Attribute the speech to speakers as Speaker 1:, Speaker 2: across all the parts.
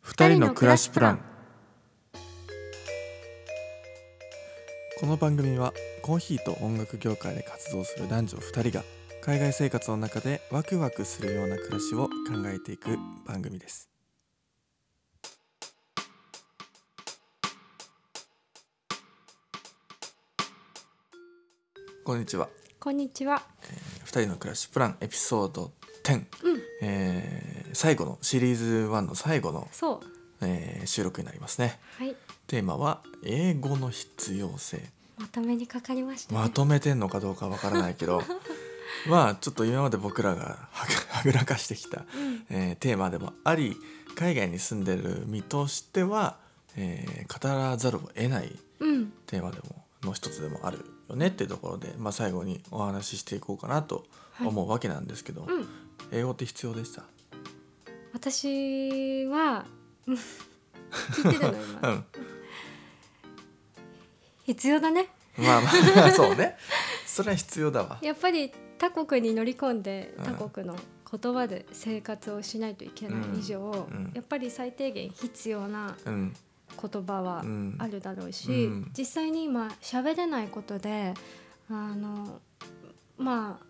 Speaker 1: 二人の暮らしプラン
Speaker 2: この番組はコーヒーと音楽業界で活動する男女2人が海外生活の中でワクワクするような暮らしを考えていく番組ですこんにちは
Speaker 1: こんにちは
Speaker 2: 2人の暮らしプランエピソード10、えー最後のシリーズ1の最後の、
Speaker 1: そう
Speaker 2: えー収録になりますね
Speaker 1: はい
Speaker 2: テーマは英語の必要性
Speaker 1: まとめにかかりましたね
Speaker 2: まとめてんのかどうかわからないけ どまあちょっと今まで僕らがはぐはぐらかしてきた、
Speaker 1: うん
Speaker 2: えーテーマでもあり海外に住んでる身としては、えー語らざるを得ない
Speaker 1: うん
Speaker 2: テーマでもの一つでもあるよねっていうところで、まあ、最後にお話ししていこうかなと思うわけなんですけど、
Speaker 1: うん
Speaker 2: 英語って必要でした
Speaker 1: 私はうん聞いてた の
Speaker 2: う
Speaker 1: 今
Speaker 2: ん
Speaker 1: 必要だね
Speaker 2: まあまあそうねそれは必要だわ
Speaker 1: やっぱり他国に乗り込んで
Speaker 2: うん
Speaker 1: 他国の言葉で生活をしないといけない以上、
Speaker 2: ん
Speaker 1: やっぱり最低限必要な
Speaker 2: うん
Speaker 1: 言葉は
Speaker 2: うん
Speaker 1: あるだろうし、
Speaker 2: うん
Speaker 1: 実際に今喋れないことであのまあ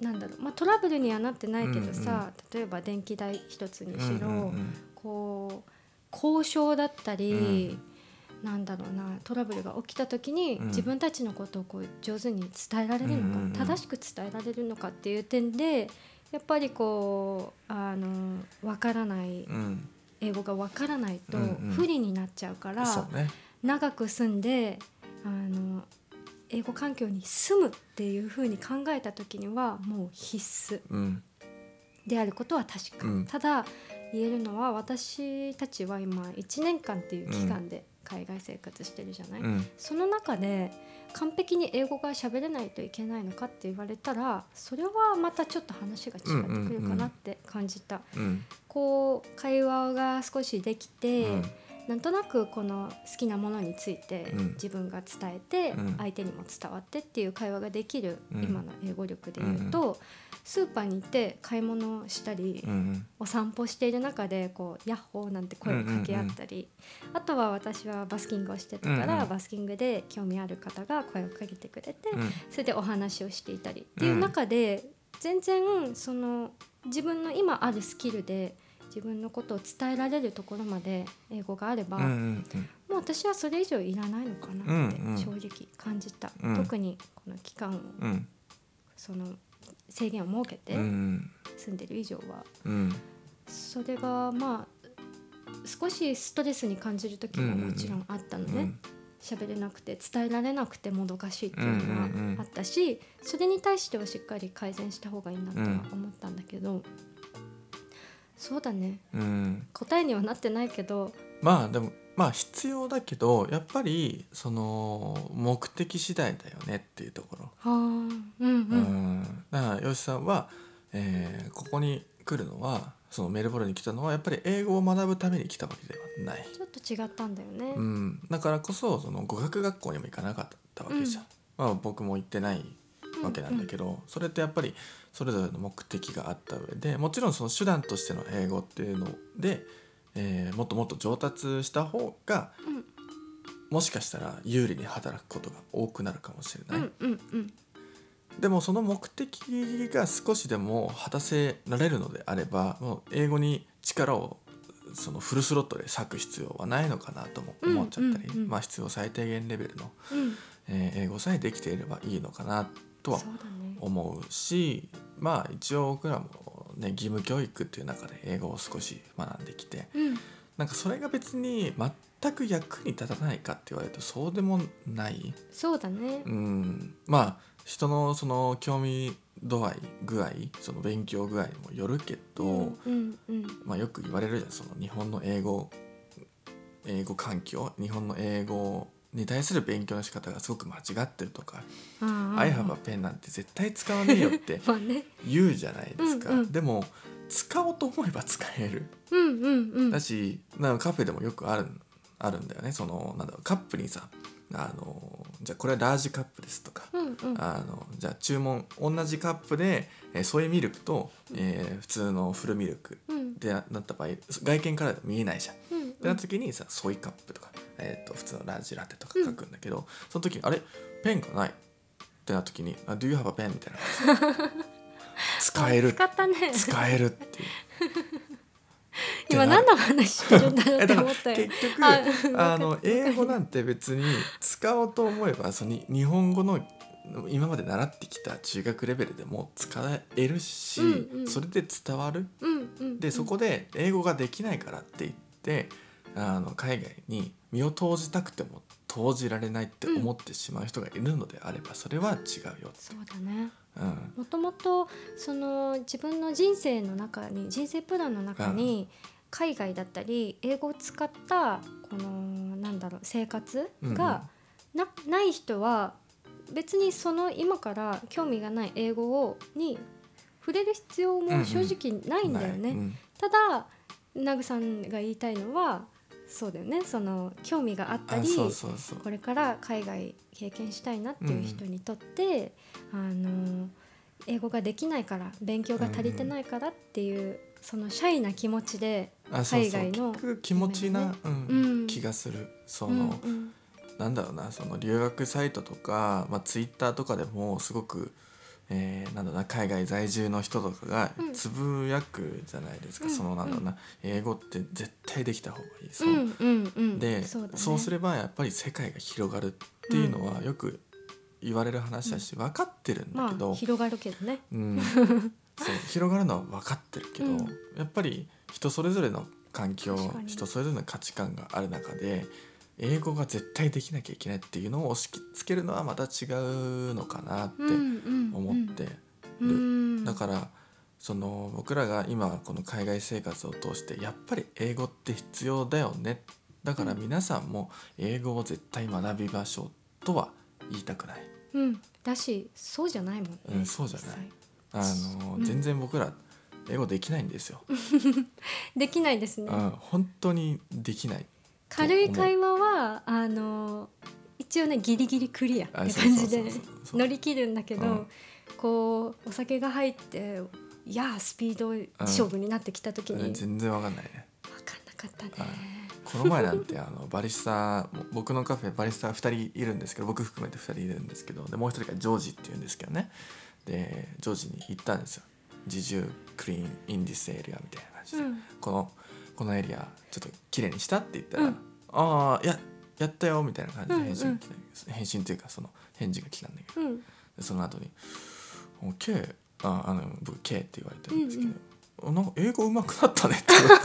Speaker 1: なんだろう、まあ、トラブルにはなってないけどさ、例えば電気代一つにしろ、
Speaker 2: うんうん
Speaker 1: こう交渉だったり、
Speaker 2: う
Speaker 1: なんだろうなトラブルが起きた時に、
Speaker 2: うん
Speaker 1: 自分たちのことをこう上手に伝えられ
Speaker 2: う
Speaker 1: るのか、
Speaker 2: んうんうん
Speaker 1: 正しく伝えられるのかっていう点でやっぱりこうあの分からない
Speaker 2: うん
Speaker 1: 英語が分からないと
Speaker 2: うんうん
Speaker 1: 不利になっちゃうから、
Speaker 2: うんそうね
Speaker 1: 長く住んであの英語環境に住むっていうふうに考えた時にはもう必須
Speaker 2: うん
Speaker 1: であることは確か、
Speaker 2: うん
Speaker 1: ただ言えるのは私たちは今1年間っていう期間で海外生活してるじゃない、
Speaker 2: うん
Speaker 1: その中で完璧に英語が喋れないといけないのかって言われたらそれはまたちょっと話が違ってくるかなって感じた、
Speaker 2: うん
Speaker 1: こう会話が少しできて、
Speaker 2: うん
Speaker 1: なんとなくこの好きなものについて
Speaker 2: うん
Speaker 1: 自分が伝えて
Speaker 2: うん
Speaker 1: 相手にも伝わってっていう会話ができる
Speaker 2: うん
Speaker 1: 今の英語力で言うとスーパーに行って買い物をしたり
Speaker 2: うん
Speaker 1: お散歩している中でこう「ヤッホー」なんて声を掛け合ったりあとは私はバスキングをしてたか
Speaker 2: うん
Speaker 1: ら
Speaker 2: うん
Speaker 1: バスキングで興味ある方が声をかけてくれて
Speaker 2: うん
Speaker 1: それでお話をしていたりっていう中で全然その自分の今あるスキルで自分のことを伝えられるところまで英語があれば、
Speaker 2: うんう
Speaker 1: も
Speaker 2: んうん
Speaker 1: う私はそれ以上いらないのかなって
Speaker 2: うんうん
Speaker 1: 正直感じた、
Speaker 2: うん
Speaker 1: 特にこの期間を
Speaker 2: うん
Speaker 1: その制限を設けて
Speaker 2: うん
Speaker 1: 住んでる以上は
Speaker 2: うん
Speaker 1: それがまあ少しストレスに感じる時ももちろんあったの
Speaker 2: う
Speaker 1: ね、
Speaker 2: ん
Speaker 1: 喋れなくて伝えられなくてもどかしいってい
Speaker 2: う
Speaker 1: う
Speaker 2: んうんう
Speaker 1: の
Speaker 2: ん
Speaker 1: があったし、それに対してはしっかり改善した方がいいなとは思ったんだけど、そうだね
Speaker 2: うん
Speaker 1: 答えにはなってないけど
Speaker 2: まあでもまあ必要だけどやっぱりその目的次第だよねっていうところ、
Speaker 1: はあうんうん
Speaker 2: う、ん、だから吉さんは、えーここに来るのはそのメルボルンに来たのはやっぱり英語を学ぶために来たわけではない、
Speaker 1: ちょっと違ったんだよね。
Speaker 2: うん、だからこそその語学学校にも行かなかったわけじゃん、
Speaker 1: う
Speaker 2: まあ、僕も行ってないわけなんだ
Speaker 1: ど、
Speaker 2: けど、それってやっぱりそれぞれの目的があった上でもちろんその手段としての英語っていうので、えーもっともっと上達した方が
Speaker 1: うん
Speaker 2: もしかしたら有利に働くことが多くなるかもしれ
Speaker 1: う
Speaker 2: ない、
Speaker 1: んうんうん
Speaker 2: でもその目的が少しでも果たせられるのであればもう英語に力をそのフルスロットで割く必要はないのかなとも思っちゃったり、
Speaker 1: うんうんうん
Speaker 2: まあ、必要最低限レベルの、
Speaker 1: うん、
Speaker 2: えー英語さえできていればいいのかなとは
Speaker 1: そうだね
Speaker 2: 思うしまあ一応僕らも、ね、義務教育っていう中で英語を少し学んできて
Speaker 1: うん
Speaker 2: なんかそれが別に全く役に立たないかって言われるとそうでもない、
Speaker 1: そうだね
Speaker 2: うん、まあ人のその興味度合い具合その勉強具合にもよるけど、
Speaker 1: うんうんうん
Speaker 2: まあ、よく言われるじゃんその日本の英語英語環境日本の英語に対する勉強の仕方がすごく間違ってるとか
Speaker 1: あ
Speaker 2: 「
Speaker 1: あ
Speaker 2: I have a pen」なんて絶対使わねえよって
Speaker 1: まあね
Speaker 2: 言うじゃないですか、
Speaker 1: うんうん
Speaker 2: でも使おうと思えば使える
Speaker 1: うんうんうん
Speaker 2: だしなんかカフェでもよくあるあるんだよねそのなんだろうカップにさあのじゃあこれはラージカップですとか、
Speaker 1: うんうん
Speaker 2: あのじゃあ注文同じカップで、えーソイミルクと、えー普通のフルミルク
Speaker 1: うん
Speaker 2: でなった場合外見からだと見えないじゃん。っ
Speaker 1: うん
Speaker 2: てなった時にさソイカップとか、えー、と普通のラジラテとか書くんだけど、その時に「あれペンがない」ってなった時に「あ Do you have a pen?」みたいな感 じ使える
Speaker 1: 使ったね
Speaker 2: 使えるって いう。
Speaker 1: 今何の話してるんだろう
Speaker 2: え
Speaker 1: って
Speaker 2: だか
Speaker 1: 思
Speaker 2: ら
Speaker 1: ったよ
Speaker 2: 結局
Speaker 1: あ
Speaker 2: あの英語なんて別に使おうと思えばその日本語の今まで習ってきた中学レベルでも使えるし、
Speaker 1: うんうん
Speaker 2: それで伝わる
Speaker 1: うんうん
Speaker 2: でそこで英語ができないからって言ってあの海外に身を投じたくても投じられないって思ってしまう人がいるのであればそれは違うよ。
Speaker 1: そうだね
Speaker 2: うん
Speaker 1: もともとその自分の人生の中に人生プランの中に海外だったり英語を使ったこのなんだろう生活がなない人は別にその今から興味がない英語をに触れる必要も正直ないんだよね。
Speaker 2: ないうん
Speaker 1: ただナグさんが言いたいのはそうだよねその興味があった
Speaker 2: あ
Speaker 1: り
Speaker 2: そうそうそう
Speaker 1: これから海外経験したいなっていう人にとって、あの英語ができないから勉強が足りてないからっていう、そのシャイな気持ちで、
Speaker 2: あそうそう
Speaker 1: 海外の
Speaker 2: 聞く気持ちな、
Speaker 1: ね
Speaker 2: うん
Speaker 1: うん
Speaker 2: 気がするそ
Speaker 1: うん
Speaker 2: の、
Speaker 1: うん
Speaker 2: なんだろうなその留学サイトとか、まあ、ツイッターとかでもすごく、えーなんだろうな海外在住の人とかが
Speaker 1: うん
Speaker 2: つぶやくじゃないですか、
Speaker 1: うん
Speaker 2: そのなんだろうな、英語って絶対できた方がいい。そううん
Speaker 1: うんうん、
Speaker 2: で
Speaker 1: そうだね
Speaker 2: すればやっぱり世界が広がるっていうのはよく言われる話だし分かってるんだ
Speaker 1: ま
Speaker 2: けど、
Speaker 1: あ広がるけどね。
Speaker 2: うん そう広がるのは分かってるけど、
Speaker 1: うん
Speaker 2: やっぱり人それぞれの環境
Speaker 1: 確かに
Speaker 2: 人それぞれの価値観がある中で英語が絶対できなきゃいけないっていうのを押し付けるのはまた違うのかなって思ってる、
Speaker 1: うんうんうん、
Speaker 2: だからその僕らが今この海外生活を通してやっぱり英語って必要だよねだから皆さんも英語を絶対学びましょうとは言いたくない。
Speaker 1: うん、だしそうじゃないもんね、
Speaker 2: うんそうじゃない
Speaker 1: 実際
Speaker 2: あの
Speaker 1: うん
Speaker 2: 全然僕ら英語できないんですよ。
Speaker 1: できないですね、
Speaker 2: うん、本当にできない。
Speaker 1: 軽い会話はあの一応ねギリギリクリアって
Speaker 2: あ
Speaker 1: 感
Speaker 2: そうそう
Speaker 1: じ
Speaker 2: そ
Speaker 1: で
Speaker 2: うそうそう
Speaker 1: 乗り切るんだけど、
Speaker 2: うん
Speaker 1: こうお酒が入っていやースピード勝負になってきた時
Speaker 2: う
Speaker 1: に、
Speaker 2: ん
Speaker 1: 分かん
Speaker 2: 全然わかんないね。
Speaker 1: なかったね。
Speaker 2: この前なんてあの バリスタも僕のカフェバリスタ2人いるんですけど僕含めて2人いるんですけどでもう1人がジョージっていうんですけどねでジョージに行ったんですよ自重クリーンインディスエリアみたいな感じで、
Speaker 1: うん
Speaker 2: このこのエリアちょっと綺麗にしたって言ったら「
Speaker 1: うん
Speaker 2: ああややったよ」みたいな感じで返信
Speaker 1: うんう
Speaker 2: が
Speaker 1: ん
Speaker 2: 来たんだけど返信というかその返事が来たんだけど
Speaker 1: うん、
Speaker 2: でその後に「お K ああの僕 K って言われてるんですけど、あなんか英語上手く なったね」って言われて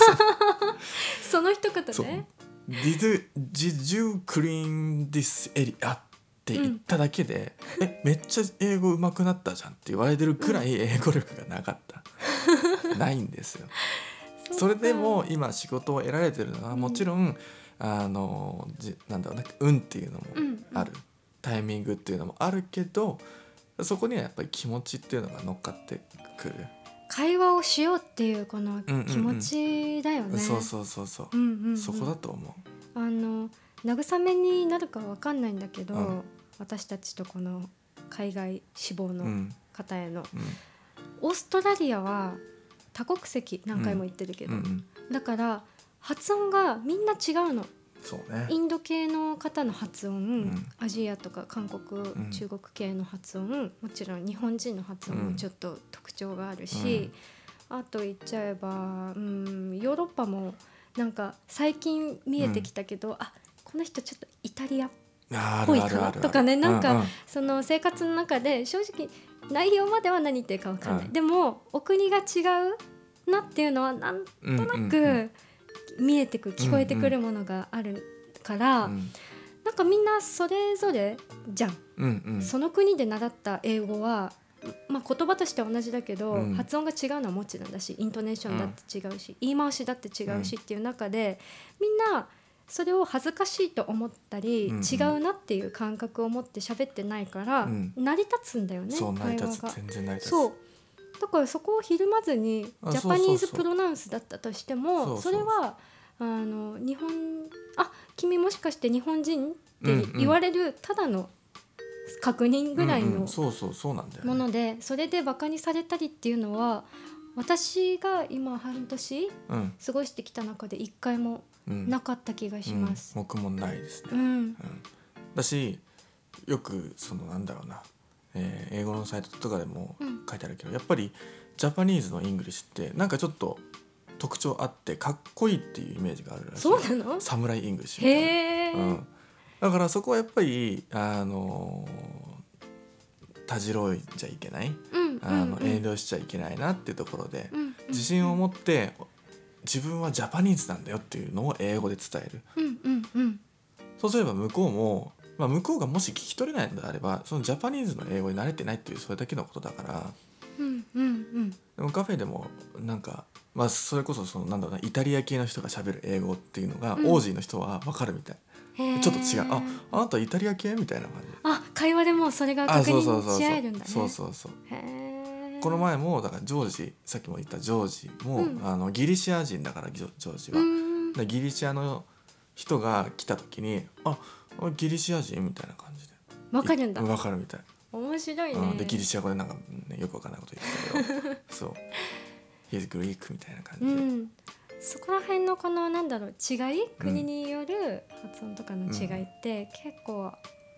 Speaker 1: その一
Speaker 2: そ
Speaker 1: 言
Speaker 2: う
Speaker 1: ね。
Speaker 2: 「Did, did you clean this area?」って言っただけで「えめっちゃ英語上手くなったじゃん」って言われてるくらい英語力がなかった、 ないんですよ。
Speaker 1: っか
Speaker 2: それでも今仕事を得られてるのはもちろん、あのじなんだろうな運っていうのもある、タイミングっていうのもあるけどそこにはやっぱり気持ちっていうのが乗っかってくる、
Speaker 1: 会話をしようっていうこ
Speaker 2: う
Speaker 1: の
Speaker 2: んうん
Speaker 1: 気持ちだよね。
Speaker 2: そうそうそうそう、
Speaker 1: うんうんうん
Speaker 2: そこだと思う。
Speaker 1: あの慰めになるかわかんないんだけど、
Speaker 2: うん
Speaker 1: 私たちとこの海外志望
Speaker 2: う
Speaker 1: の
Speaker 2: ん
Speaker 1: 方への、
Speaker 2: うん
Speaker 1: オーストラリアは多国籍何回も言ってるけ
Speaker 2: う
Speaker 1: ど、
Speaker 2: んうん、
Speaker 1: だから発音がみんな違うの
Speaker 2: そうね
Speaker 1: インド系の方の発音、
Speaker 2: ん
Speaker 1: アジアとか韓国、
Speaker 2: ん
Speaker 1: 中国系の発音もちろん日本人の発音
Speaker 2: う
Speaker 1: も
Speaker 2: ん
Speaker 1: ちょっと特徴があるし、あと言っちゃえば、うん、ヨーロッパもなんか最近見えてきたけど、あこの人ちょっとイタリア
Speaker 2: あ
Speaker 1: ぽ
Speaker 2: る
Speaker 1: い
Speaker 2: あ
Speaker 1: か
Speaker 2: るあ
Speaker 1: な
Speaker 2: る
Speaker 1: とかねなん
Speaker 2: うう
Speaker 1: かその生活の中で正直内容までは何言ってるかわかんない、
Speaker 2: うん
Speaker 1: でもお国が違うなっていうのはなんと
Speaker 2: うんうんうん
Speaker 1: なく見えてくる、聞こえてくるものがあるから、
Speaker 2: うん
Speaker 1: なんかみんなそれぞれじゃん、
Speaker 2: うんうん
Speaker 1: その国で習った英語は、まあ、言葉としては同じだけど、
Speaker 2: うん
Speaker 1: 発音が違うのはもちろんだしイントネーションだって違うし、言い回しだって違うしっていう中でみんなそれを恥ずかしいと思ったり、
Speaker 2: うんうん
Speaker 1: 違うなっていう感覚を持って喋ってないから、
Speaker 2: うん
Speaker 1: 成り立つんだよね
Speaker 2: そう成り立
Speaker 1: 会話
Speaker 2: つ
Speaker 1: が。
Speaker 2: 全然成り立つ
Speaker 1: そうだからそこをひるまずに
Speaker 2: あ
Speaker 1: ジャパニ
Speaker 2: そ
Speaker 1: ーズ
Speaker 2: うそうそう
Speaker 1: プロナウンスだったとして
Speaker 2: そう
Speaker 1: も
Speaker 2: そ
Speaker 1: そうれはあの日本あ君もしかして日本人っ
Speaker 2: うんうん
Speaker 1: て言われるただの確認ぐらい
Speaker 2: うんう
Speaker 1: の
Speaker 2: んそうそうそうなんだよね、
Speaker 1: ものでそれでバカにされたりっていうのは私が今半年
Speaker 2: うん
Speaker 1: 過ごしてきた中で一回も
Speaker 2: うん、
Speaker 1: なかった気がします。
Speaker 2: うん、僕もないですね、
Speaker 1: うん、
Speaker 2: うん、だしよくそのなんだろうな、えー英語のサイトとかでも
Speaker 1: うん
Speaker 2: 書いてあるけど、やっぱりジャパニーズのイングリッシュってなんかちょっと特徴あってかっこいいっていうイメージがあるらしい
Speaker 1: そうなの
Speaker 2: サムライイングリッシュみたいな
Speaker 1: へえ、
Speaker 2: うん、だからそこはやっぱりあのーたじろいじゃいけない
Speaker 1: うんうん
Speaker 2: あの、
Speaker 1: うん
Speaker 2: 遠慮しちゃいけないなっていうところで、
Speaker 1: うんうん
Speaker 2: 自信を持って自分はジャパニーズなんだよっていうのを英語で伝える
Speaker 1: うんうんうん
Speaker 2: そうすれば向こうも、まあ、向こうがもし聞き取れないのであればそのジャパニーズの英語に慣れてないっていうそれだけのことだから
Speaker 1: うんうんうん
Speaker 2: でもカフェでもなんか、まあ、それこそそのなんだろうなイタリア系の人が喋る英語っていうのが、
Speaker 1: うん
Speaker 2: オージーの人は分かるみたい
Speaker 1: へー
Speaker 2: ちょっと違うああなたイタリア系みたいな感じ
Speaker 1: あ会話でもうそれが
Speaker 2: あ
Speaker 1: 確
Speaker 2: そうそうそ
Speaker 1: 認
Speaker 2: う
Speaker 1: し合えるんだね
Speaker 2: そうそうそう
Speaker 1: へえ
Speaker 2: この前もだからジョージさっきも言ったジョージも、
Speaker 1: うん
Speaker 2: あのギリシア人だからジョジョージは、
Speaker 1: うん
Speaker 2: でギリシアの人が来た時に「ああギリシア人?」みたいな感じで
Speaker 1: わかるんだ
Speaker 2: いわかるみたい、
Speaker 1: 面白い
Speaker 2: うん
Speaker 1: ね
Speaker 2: でギリシア語でなんか、ね、よくわかんないこと言ってたけど そう「He's Greek」みたいな感じ
Speaker 1: う
Speaker 2: で、
Speaker 1: んそこら辺のこのなんだろう違い国による発音とかの違いって結構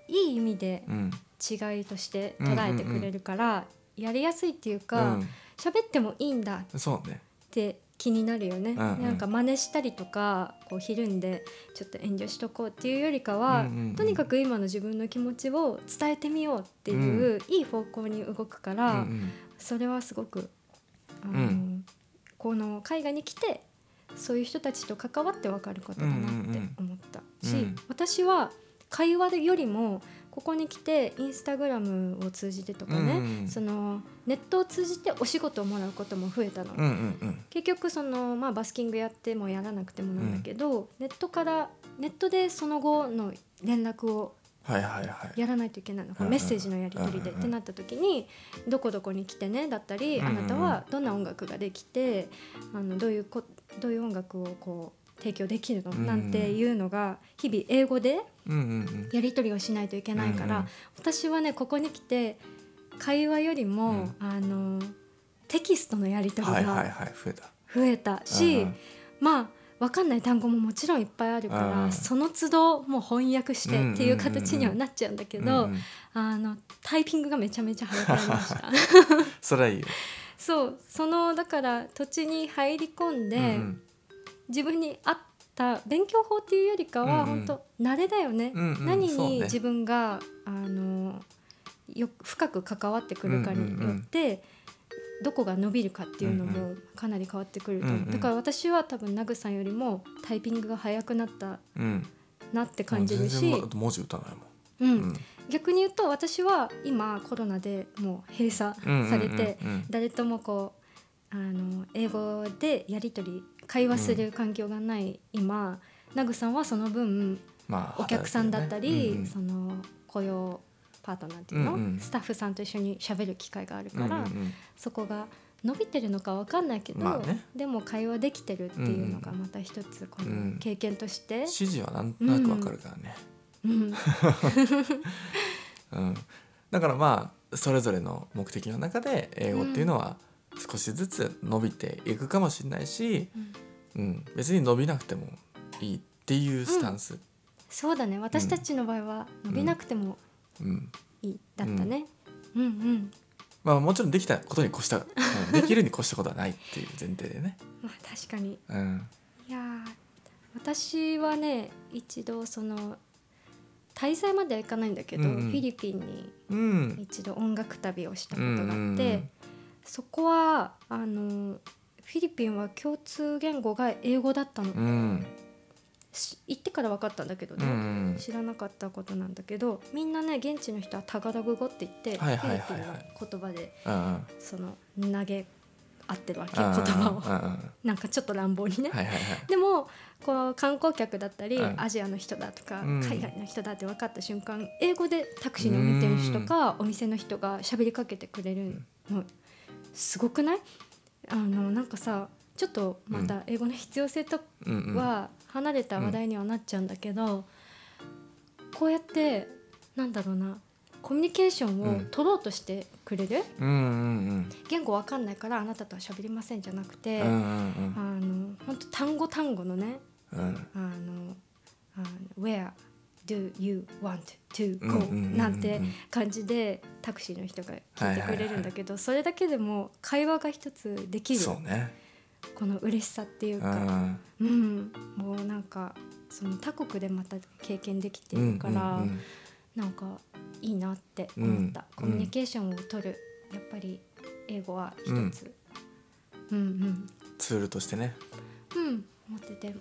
Speaker 1: いい意味で
Speaker 2: うん
Speaker 1: 違いとして捉えてくれるからやりやすいっていう
Speaker 2: う
Speaker 1: か喋ってもいいんだ
Speaker 2: ん、そうね
Speaker 1: って気になるよね、
Speaker 2: うんうん
Speaker 1: なんか真似したりとかこうひるんでちょっと遠慮しとこうっていうよりかは、
Speaker 2: うんうんうん
Speaker 1: とにかく今の自分の気持ちを伝えてみようっていう、いい方向に動くか
Speaker 2: うん
Speaker 1: ら、
Speaker 2: うん
Speaker 1: それはすごく、あの
Speaker 2: うん
Speaker 1: この海外に来てそういう人たちと関わって分かることだなって思ったし、
Speaker 2: うん
Speaker 1: 私は会話よりもここに来てインスタグラムを通じてとかね、
Speaker 2: うんうん
Speaker 1: そのネットを通じてお仕事をもらうことも増えたの。
Speaker 2: うんうんうん
Speaker 1: 結局その、まあ、バスキングやってもやらなくてもなんだけど、ネットからネットでその後の連絡を
Speaker 2: はいはいはい
Speaker 1: やらないといけないのこう
Speaker 2: うん
Speaker 1: メッセージのやり取りで
Speaker 2: う
Speaker 1: っ
Speaker 2: ん
Speaker 1: てなった時に「どこどこに来てね」だったり「
Speaker 2: うん
Speaker 1: あなたはどんな音楽ができてあのどういうこどういう音楽をこう提供できるの?」
Speaker 2: うん
Speaker 1: なんていうのが日々英語で
Speaker 2: うんうんうん
Speaker 1: やり取りをしないといけないか
Speaker 2: うんう
Speaker 1: ら
Speaker 2: ん
Speaker 1: 私はねここに来て会話よりも
Speaker 2: うん
Speaker 1: あのテキストのやり取り
Speaker 2: はいはい
Speaker 1: が
Speaker 2: はい増えた
Speaker 1: 増えたし。
Speaker 2: うん
Speaker 1: まあわかんない単語ももちろんいっぱいあるか
Speaker 2: う
Speaker 1: ら
Speaker 2: ん
Speaker 1: その都度もう翻訳してっていう形にはなっちゃうんだけ
Speaker 2: う
Speaker 1: ど
Speaker 2: んうん
Speaker 1: あのタイピングがめちゃめちゃ早くなりました
Speaker 2: それはいいよ、
Speaker 1: そうそのだから土地に入り込んで、
Speaker 2: うんうん
Speaker 1: 自分に合った勉強法っていうよりかは、
Speaker 2: うんうん
Speaker 1: 本当慣れだよね、
Speaker 2: うんうん
Speaker 1: 何
Speaker 2: そうね
Speaker 1: に自分が、あのよ深く関わってくるかによって、どこが伸びるかっていうの
Speaker 2: うん
Speaker 1: もかなり変わってくると思う、
Speaker 2: うんうん
Speaker 1: だから私は多分ナグさんよりもタイピングが早くなった
Speaker 2: うん、
Speaker 1: なって感じるし
Speaker 2: もう全然もう文字打たないもん
Speaker 1: うん
Speaker 2: うん
Speaker 1: 逆に言うと私は今コロナでもう閉鎖されて、
Speaker 2: うんうんうんうん
Speaker 1: 誰ともこうあの英語でやり取り会話する環境がない今、ナグさんはその分
Speaker 2: まあ
Speaker 1: お客さんだったり、
Speaker 2: 働いて
Speaker 1: そ
Speaker 2: ね
Speaker 1: の雇用パートナーっていうの、
Speaker 2: うんうん
Speaker 1: スタッフさんと一緒に喋る機会がある
Speaker 2: うん
Speaker 1: か
Speaker 2: うん
Speaker 1: ら、
Speaker 2: うんうん
Speaker 1: そこが伸びてるのかわかんないけど、
Speaker 2: まあね
Speaker 1: でも会話できてるっていうのがまた一つこ
Speaker 2: うん
Speaker 1: の経験として、
Speaker 2: 指示はなんとなくわかるからね、
Speaker 1: うん
Speaker 2: うんだからまあそれぞれの目的の中で英語っていうのは少しずつ伸びていくかもしれないし、
Speaker 1: うん
Speaker 2: うん、別に伸びなくてもいいっていうスタンス、
Speaker 1: そうだね私たちの場合は伸びなくても
Speaker 2: うん
Speaker 1: いいだったね。うん、うん
Speaker 2: まあ、もちろんできたことに越した、うんできるに越したことはないっていう前提でね。
Speaker 1: まあ確かに
Speaker 2: うん
Speaker 1: いやー私はね一度その滞在まではいかないんだけど、
Speaker 2: うんうん
Speaker 1: フィリピンに
Speaker 2: うん
Speaker 1: 一度音楽旅をしたこ
Speaker 2: う
Speaker 1: と
Speaker 2: ん
Speaker 1: が
Speaker 2: う
Speaker 1: あっ
Speaker 2: ん
Speaker 1: て、そこはあのフィリピンは共通言語が英語だったの、
Speaker 2: うん
Speaker 1: し行ってから分かったんだけど
Speaker 2: う
Speaker 1: ね、
Speaker 2: ん
Speaker 1: 知らなかったことなんだけどみんなね現地の人はタガログ語って言って、
Speaker 2: はいはいはいはい
Speaker 1: フィリピンの言葉で
Speaker 2: うん
Speaker 1: その投げ合ってるわけ言葉を
Speaker 2: うんうんうん
Speaker 1: なんかちょっと乱暴にね、
Speaker 2: はいはいはい
Speaker 1: でもこう観光客だったり、
Speaker 2: うん
Speaker 1: アジアの人だとか、
Speaker 2: うん
Speaker 1: 海外の人だって分かった瞬間英語でタクシーの運転手とか、お店の人が喋りかけてくれるのすごくないあのなんかさちょっとまた英語の必要性と
Speaker 2: うんうん
Speaker 1: は離れた話題にはなっちゃうんだけど、こうやってなんだろうなコミュニケーション
Speaker 2: う
Speaker 1: を
Speaker 2: ん
Speaker 1: 取ろうとしてくれる、
Speaker 2: うんうん
Speaker 1: 言語わかんないからあなたとは喋りませんじゃなく
Speaker 2: う
Speaker 1: て、
Speaker 2: んうんうん
Speaker 1: あの本当単語単語のね
Speaker 2: うんうん
Speaker 1: あのあの Where do you want to
Speaker 2: うんうんうん
Speaker 1: go?、
Speaker 2: うん
Speaker 1: なんて感じでタクシーの人が聞いてくれるんだけど、それだけでも会話が一つできる
Speaker 2: そうね
Speaker 1: この嬉しさっていう
Speaker 2: う
Speaker 1: か、
Speaker 2: ん
Speaker 1: うん、もうなんかその他国でまた経験できて
Speaker 2: うん
Speaker 1: るから、なんかいいなって思った、
Speaker 2: うん
Speaker 1: コミュニケーションを取るやっぱり英語は一つ、うん、うん
Speaker 2: ツールとしてね
Speaker 1: うん持ってて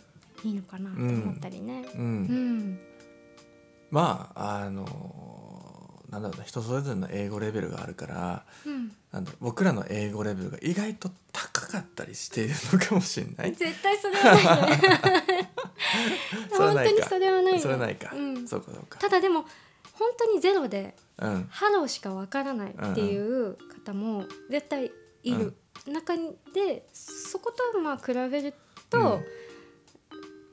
Speaker 1: いいのかなって思ったりね。
Speaker 2: う
Speaker 1: うんん
Speaker 2: まああのなんだろうな人それぞれの英語レベルがあるから
Speaker 1: うん
Speaker 2: なんだろう僕らの英語レベルが意外と高かったりしているのかもしれない
Speaker 1: 絶対それはないね
Speaker 2: それはな
Speaker 1: 本当
Speaker 2: いか
Speaker 1: にそれはないよ
Speaker 2: それはないか
Speaker 1: うん
Speaker 2: そうかそうか
Speaker 1: ただでも本当にゼロで
Speaker 2: うん
Speaker 1: ハローしかわからないっていう方も絶対いる、中でそことまあ比べると、
Speaker 2: うん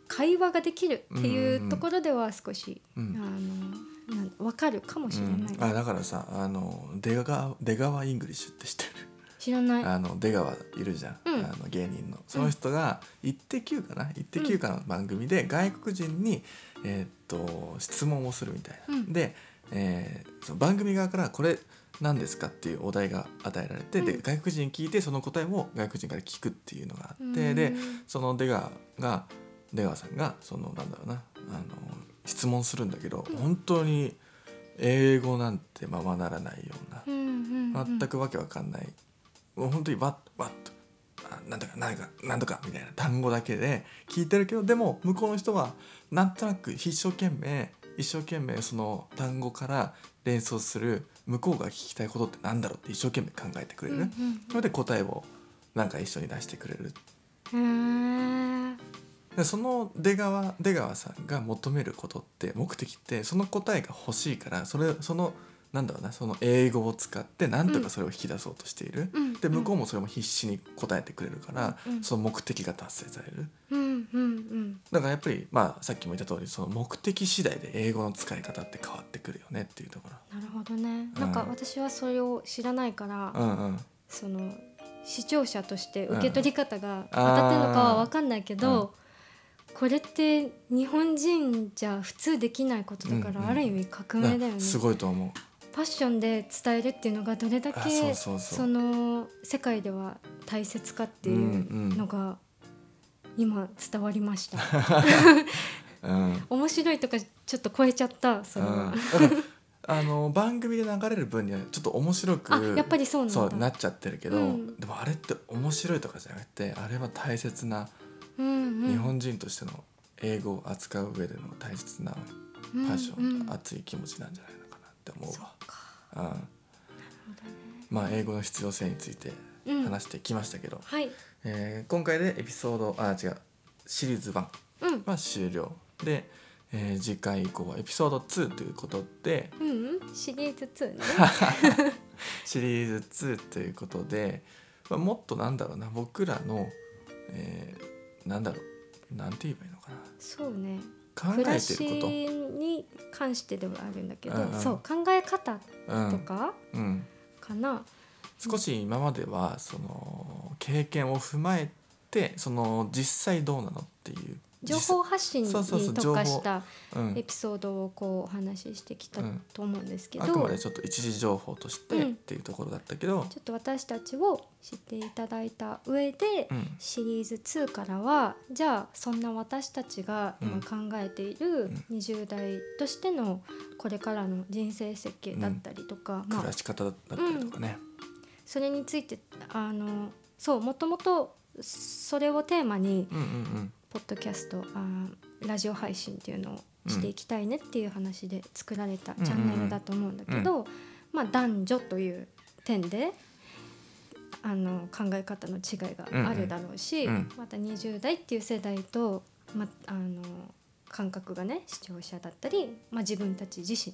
Speaker 1: 会話ができるってい
Speaker 2: んうん
Speaker 1: うところでは少し、
Speaker 2: うん
Speaker 1: あのなんわかるかもしれない、
Speaker 2: うんあだからさあの出川出川イングリッシュって知ってる
Speaker 1: 知らない
Speaker 2: あの出川いるじゃん、
Speaker 1: うん
Speaker 2: あの芸人のその人が「イッテ Q!」かな「イッテ Q!」かの番組で外国人に、えーっと質問をするみたいな、
Speaker 1: うん
Speaker 2: で、えーその番組側から「これ何ですか?」っていうお題が与えられて、で
Speaker 1: うん
Speaker 2: 外国人に聞いてその答えを外国人から聞くっていうのがあって、でその出川が出川さんがそのなんだろうなあの質問するんだけど、
Speaker 1: うん
Speaker 2: 本当に英語なんてままならないような
Speaker 1: うんうんうんう
Speaker 2: 全
Speaker 1: ん
Speaker 2: くわけわかんない、もう本当にわッわっとあなんとかなんとかなんとかみたいな単語だけで聞いてるけどでも向こうの人はなんとなく一生懸命一生懸命その単語から連想する向こうが聞きたいことってなんだろうって一生懸命考えてくれ
Speaker 1: う
Speaker 2: る、
Speaker 1: んうん
Speaker 2: それで答えをなんか一緒に出してくれる
Speaker 1: へー
Speaker 2: でその出川出川さんが求めることって目的ってその答えが欲しいからそれそのなんだろうなその英語を使ってなんとかそれを引き出そうとしている、
Speaker 1: うん
Speaker 2: で向こうもそれも必死に答えてくれるから、
Speaker 1: うんうん
Speaker 2: その目的が達成される
Speaker 1: うんうんうん
Speaker 2: だからやっぱり、まあ、さっきも言った通りその目的次第で英語の使い方って変わってくるよねっていうとこ
Speaker 1: なるほどねなんか私はそれを知らないから、
Speaker 2: ろ。うんうん
Speaker 1: その視聴者として受け取り方が当
Speaker 2: あー
Speaker 1: たってるのかは分かんないけど、これって日本人じゃ普通できないことだか
Speaker 2: うんう
Speaker 1: ら
Speaker 2: ん
Speaker 1: ある意味革命だよね、
Speaker 2: なすごいと思
Speaker 1: ファッションで伝えるっていうのがどれだ
Speaker 2: う。
Speaker 1: け
Speaker 2: あそうそうそう。
Speaker 1: その世界では大切かってい
Speaker 2: んう
Speaker 1: ううんのが今伝わりました
Speaker 2: うん
Speaker 1: 面白いとかちょっと超えちゃったそれ
Speaker 2: うん
Speaker 1: は、
Speaker 2: だからあの番組で流れる分にはちょっと面白く
Speaker 1: あやっぱりそうなんだ
Speaker 2: そうなっちゃってるけど、
Speaker 1: うん
Speaker 2: でもあれって面白いとかじゃなくてあれは大切な
Speaker 1: うんうん、
Speaker 2: 日本人としての英語を扱う上での大切な
Speaker 1: うん
Speaker 2: パッション、
Speaker 1: うん
Speaker 2: 熱い気持ちなんじゃないのかなって思
Speaker 1: そうっ
Speaker 2: わ。
Speaker 1: か
Speaker 2: うんまあ、英語の必要性について
Speaker 1: うん
Speaker 2: 話してきましたけど、
Speaker 1: はい
Speaker 2: えー今回でエピソードあ違うシリーズ1
Speaker 1: うん
Speaker 2: は終了で、えー次回以降はエピソード2ということで、
Speaker 1: うんうんシリーズ2ね
Speaker 2: シリーズ2ということで、まあ、もっとなんだろうな僕らの、えーなんだろうなんて言えばいいのかな
Speaker 1: そうね
Speaker 2: 考
Speaker 1: 暮ら
Speaker 2: え
Speaker 1: して
Speaker 2: るこ
Speaker 1: に関してではあるんだけど、
Speaker 2: うんうん
Speaker 1: そう考え方
Speaker 2: と、うん
Speaker 1: とか
Speaker 2: うん、
Speaker 1: かな、
Speaker 2: 少し今まではその経験を踏まえてその実際どうなのっていう
Speaker 1: 情報発信に
Speaker 2: そうそうそう
Speaker 1: 特化した
Speaker 2: 実うん
Speaker 1: エピソードをこうお話ししてきた
Speaker 2: うん
Speaker 1: と思うんですけど、
Speaker 2: あくまで
Speaker 1: ちょ
Speaker 2: ちょっと一時情報として
Speaker 1: うん
Speaker 2: っていうところだったけど、
Speaker 1: っと私たちを知っていただいた上で、
Speaker 2: うん
Speaker 1: シリーズ2からはじゃあそんな私たちが
Speaker 2: う
Speaker 1: 今
Speaker 2: ん
Speaker 1: 考えている
Speaker 2: ん
Speaker 1: 20代としてのこれからの人生設計だったりとか、まあ
Speaker 2: 暮らし方だったりとかね、
Speaker 1: それについてあのそうもともとそれをテーマに
Speaker 2: うん、うんうん
Speaker 1: ポッドキャストあーラジオ配信っていうのをしていきたいねっていう話で作られた
Speaker 2: うん
Speaker 1: チャンネルだと思うんだけど、まあ、男女という点であの考え方の違いがあるだろうし、
Speaker 2: うんうんうん
Speaker 1: また20代っていう世代と、ま、あの感覚がね視聴者だったり、まあ、自分たち自身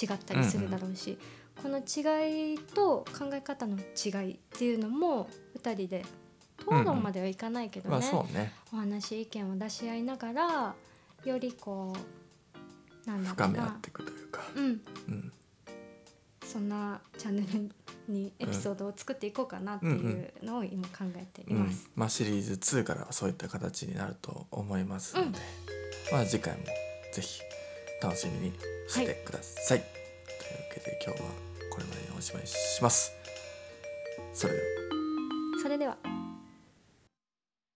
Speaker 1: 違ったりするだろうし、この違いと考え方の違いっていうのも2人で討論まではいかないけどね、
Speaker 2: まあそうね
Speaker 1: お話意見を出し合いながらよりこうなんだろ
Speaker 2: 深
Speaker 1: う
Speaker 2: め合っ
Speaker 1: な
Speaker 2: ていくというか、
Speaker 1: うん
Speaker 2: うん
Speaker 1: そんなチャンネルにエピソードを作っていこうかなって
Speaker 2: うんう
Speaker 1: いうのを今考えています。
Speaker 2: うんまあ、シリーズ2からはそういった形になると思いますので、まあ、次回もぜひ楽しみにしてください、というわけで今日はこれまでにおしまいしますそれでは
Speaker 1: それでは